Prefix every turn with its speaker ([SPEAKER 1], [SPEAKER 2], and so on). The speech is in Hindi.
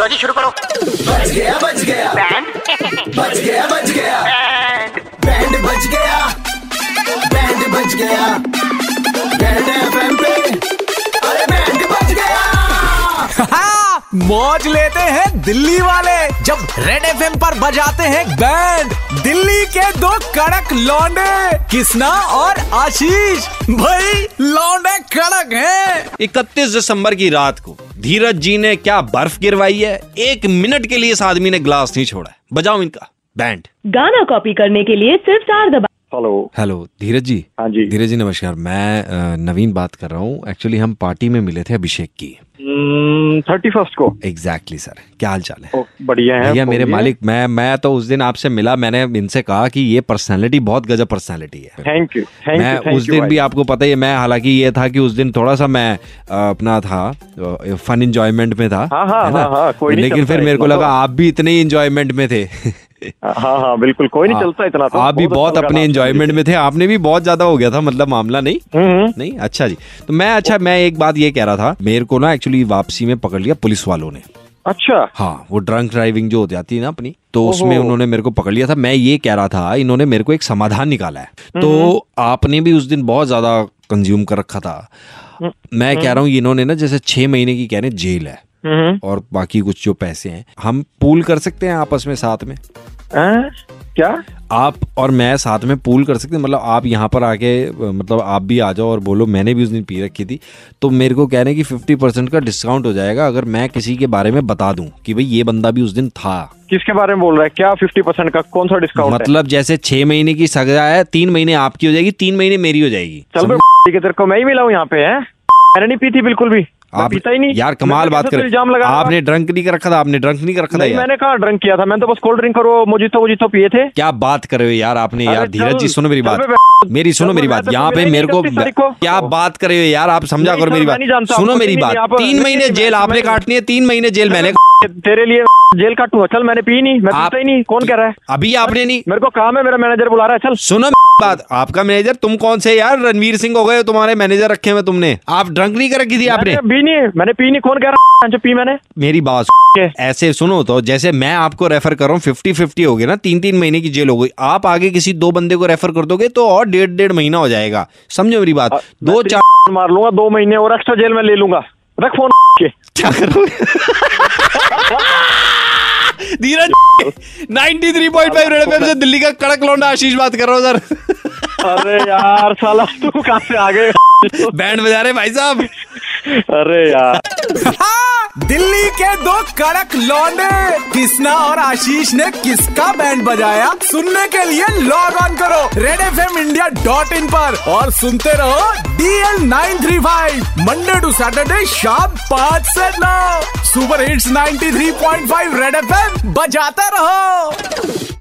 [SPEAKER 1] लो जी शुरू करो
[SPEAKER 2] बच गया बच गया
[SPEAKER 1] बैंड
[SPEAKER 2] बच गया बच गया बैंड बच गया बैंड बच गया बैंड एफएम पे अरे बैंड बच गया
[SPEAKER 3] हाँ, मौज लेते हैं दिल्ली वाले जब रेड एफ पर बजाते हैं बैंड दिल्ली के दो कड़क लौंडे किसना और आशीष भाई लौंडे कड़क हैं
[SPEAKER 4] 31 दिसंबर की रात को धीरज जी ने क्या बर्फ गिरवाई है एक मिनट के लिए इस आदमी ने ग्लास नहीं छोड़ा है बजाओ इनका बैंड
[SPEAKER 5] गाना कॉपी करने के लिए सिर्फ चार दबा
[SPEAKER 6] हेलो
[SPEAKER 4] हेलो धीरज जी
[SPEAKER 6] हाँ जी।
[SPEAKER 4] धीरज जी नमस्कार मैं अ, नवीन बात कर रहा हूँ एक्चुअली हम पार्टी में मिले थे अभिषेक की
[SPEAKER 6] थर्टी फर्स्ट Hmm, को
[SPEAKER 4] एग्जैक्टली exactly, सर क्या हाल चाल है
[SPEAKER 6] ओ, बढ़िया है
[SPEAKER 4] भैया मेरे
[SPEAKER 6] बोलिए।
[SPEAKER 4] मालिक मैं मैं तो उस दिन आपसे मिला मैंने इनसे कहा कि ये पर्सनैलिटी बहुत गजब पर्सनैलिटी है
[SPEAKER 6] थैंक यू थैंक
[SPEAKER 4] मैं
[SPEAKER 6] यू थैंक
[SPEAKER 4] उस
[SPEAKER 6] यू
[SPEAKER 4] दिन भी
[SPEAKER 6] भाई।
[SPEAKER 4] आपको पता ही है मैं हालांकि ये था कि उस दिन थोड़ा सा मैं अ, अपना था फन एंजॉयमेंट में था
[SPEAKER 6] हाँ, हाँ,
[SPEAKER 4] है ना?
[SPEAKER 6] हाँ, हाँ, कोई नहीं
[SPEAKER 4] लेकिन
[SPEAKER 6] चलता
[SPEAKER 4] फिर मेरे को
[SPEAKER 6] इतना
[SPEAKER 4] लगा
[SPEAKER 6] तो।
[SPEAKER 4] आप भी इतने ही एंजॉयमेंट में थे
[SPEAKER 6] हाँ हाँ बिल्कुल कोई नहीं चलता इतना तो
[SPEAKER 4] आप भी बहुत
[SPEAKER 6] अच्छा
[SPEAKER 4] अपने
[SPEAKER 6] गाना।
[SPEAKER 4] एंजॉयमेंट में थे आपने भी बहुत ज्यादा हो गया था मतलब मामला नहीं
[SPEAKER 6] हम्म,
[SPEAKER 4] नहीं अच्छा जी तो मैं अच्छा मैं एक बात ये कह रहा था मेरे को ना एक्चुअली वापसी में पकड़ लिया पुलिस वालों ने
[SPEAKER 6] अच्छा
[SPEAKER 4] हाँ वो ड्रंक ड्राइविंग जो हो जाती है ना अपनी तो
[SPEAKER 6] ओहो।
[SPEAKER 4] उसमें उन्होंने मेरे को पकड़ लिया था मैं ये कह रहा था इन्होंने मेरे को एक समाधान निकाला
[SPEAKER 6] हम्म।
[SPEAKER 4] है तो आपने भी उस दिन बहुत ज्यादा कंज्यूम कर रखा था मैं कह रहा हूँ इन्होंने ना जैसे छह महीने की कह रहे हैं जेल है
[SPEAKER 6] हम्म,
[SPEAKER 4] और बाकी कुछ जो पैसे हैं हम पूल कर सकते हैं आपस में साथ में
[SPEAKER 6] हैं? क्या
[SPEAKER 4] आप और मैं साथ में पूल कर सकते हैं मतलब आप यहाँ पर आके अ, मतलब आप भी आ जाओ और बोलो मैंने भी उस दिन पी रखी थी तो मेरे को कह रहे हैं कि फिफ्टी परसेंट का डिस्काउंट हो जाएगा अगर मैं किसी के बारे में बता दूं कि भाई ये बंदा भी उस दिन था
[SPEAKER 6] किसके बारे में बोल रहा है क्या फिफ्टी परसेंट का कौन सा डिस्काउंट है
[SPEAKER 4] मतलब जैसे छह महीने की सजा है तीन महीने आपकी हो जाएगी तीन महीने मेरी हो जाएगी
[SPEAKER 6] चल
[SPEAKER 4] समझ-
[SPEAKER 6] बे के तेरे को मैं ही मिला हूँ यहाँ पे है मैंने नहीं पी थी बिल्कुल भी मैं
[SPEAKER 4] आप
[SPEAKER 6] पीता ही नहीं
[SPEAKER 4] यार कमाल
[SPEAKER 6] मैंने
[SPEAKER 4] बात
[SPEAKER 6] कैसे तो
[SPEAKER 4] कर
[SPEAKER 6] इल्जाम लगा
[SPEAKER 4] आपने ड्रंक नहीं कर रखा था आपने ड्रंक नहीं कर रखा था
[SPEAKER 6] नहीं,
[SPEAKER 4] यार
[SPEAKER 6] मैंने कहा ड्रंक किया था मैंने तो बस कोल्ड ड्रिंक और वो मोजितो मोजितो पिए थे
[SPEAKER 4] क्या बात कर रहे हो यार आपने
[SPEAKER 6] अरे
[SPEAKER 4] यार धीरज
[SPEAKER 6] चल,
[SPEAKER 4] जी सुनो मेरी
[SPEAKER 6] चल
[SPEAKER 4] बात
[SPEAKER 6] बे,
[SPEAKER 4] मेरी सुनो
[SPEAKER 6] चल
[SPEAKER 4] मेरी
[SPEAKER 6] बे,
[SPEAKER 4] बात
[SPEAKER 6] मैं तो
[SPEAKER 4] यहाँ पे
[SPEAKER 6] मिला ही
[SPEAKER 4] मेरे
[SPEAKER 6] नहीं
[SPEAKER 4] को
[SPEAKER 6] इकतीस तारीख को।
[SPEAKER 4] क्या बात कर रहे हो यार आप समझा
[SPEAKER 6] नहीं
[SPEAKER 4] करो
[SPEAKER 6] सर,
[SPEAKER 4] मेरी
[SPEAKER 6] मैं
[SPEAKER 4] बात
[SPEAKER 6] नहीं जानता,
[SPEAKER 4] सुनो
[SPEAKER 6] कुछ
[SPEAKER 4] मेरी
[SPEAKER 6] नहीं,
[SPEAKER 4] बात
[SPEAKER 6] आप-
[SPEAKER 4] तीन
[SPEAKER 6] नहीं,
[SPEAKER 4] महीने
[SPEAKER 6] नहीं,
[SPEAKER 4] जेल
[SPEAKER 6] मैं-
[SPEAKER 4] आपने
[SPEAKER 6] मैं- तो
[SPEAKER 4] काटनी है तीन महीने जेल मैंने
[SPEAKER 6] तेरे लिए जेल काटूंगा चल मैंने पी नहीं मैं
[SPEAKER 4] आप-
[SPEAKER 6] पीता ही नहीं कौन कह रहा है
[SPEAKER 4] अभी आपने नहीं
[SPEAKER 6] मेरे को काम है मेरा मैनेजर बुला रहा है चल
[SPEAKER 4] सुनो बात आपका मैनेजर तुम कौन से यार रणवीर सिंह हो गए हो तुम्हारे मैनेजर रखे हुए तुमने आप ड्रंक नहीं कर रखी थी आपने
[SPEAKER 6] मैंने पी नहीं मैंने पी नहीं कौन कह रहा है जो पी मैंने
[SPEAKER 4] मेरी बात
[SPEAKER 6] के?
[SPEAKER 4] ऐसे सुनो तो जैसे मैं आपको रेफर कर रहा हूँ फिफ्टी फिफ्टी हो गया ना तीन तीन महीने की जेल हो गई आप आगे किसी दो बंदे को रेफर कर दोगे तो और डेढ़ डेढ़ महीना हो जाएगा समझो मेरी बात दो
[SPEAKER 6] मैं
[SPEAKER 4] चार
[SPEAKER 6] तीन मार लूंगा दो महीने और एक्स्ट्रा जेल में ले लूंगा रख फोन के
[SPEAKER 4] क्या करो धीरज 93.5 रेड एफएम से दिल्ली का कड़क लौंडा आशीष बात कर रहा हूँ सर
[SPEAKER 6] अरे यार साला तू कहाँ से आ गए
[SPEAKER 4] बैंड बजा रहे भाई साहब
[SPEAKER 6] अरे यार
[SPEAKER 3] हाँ, दिल्ली के दो कड़क लौंडे कृष्णा और आशीष ने किसका बैंड बजाया सुनने के लिए लॉग ऑन करो red F M India dot in पर और सुनते रहो DL nine three five Monday to Saturday शाम पाँच से नौ super hits 93.5 red F M बजाते रहो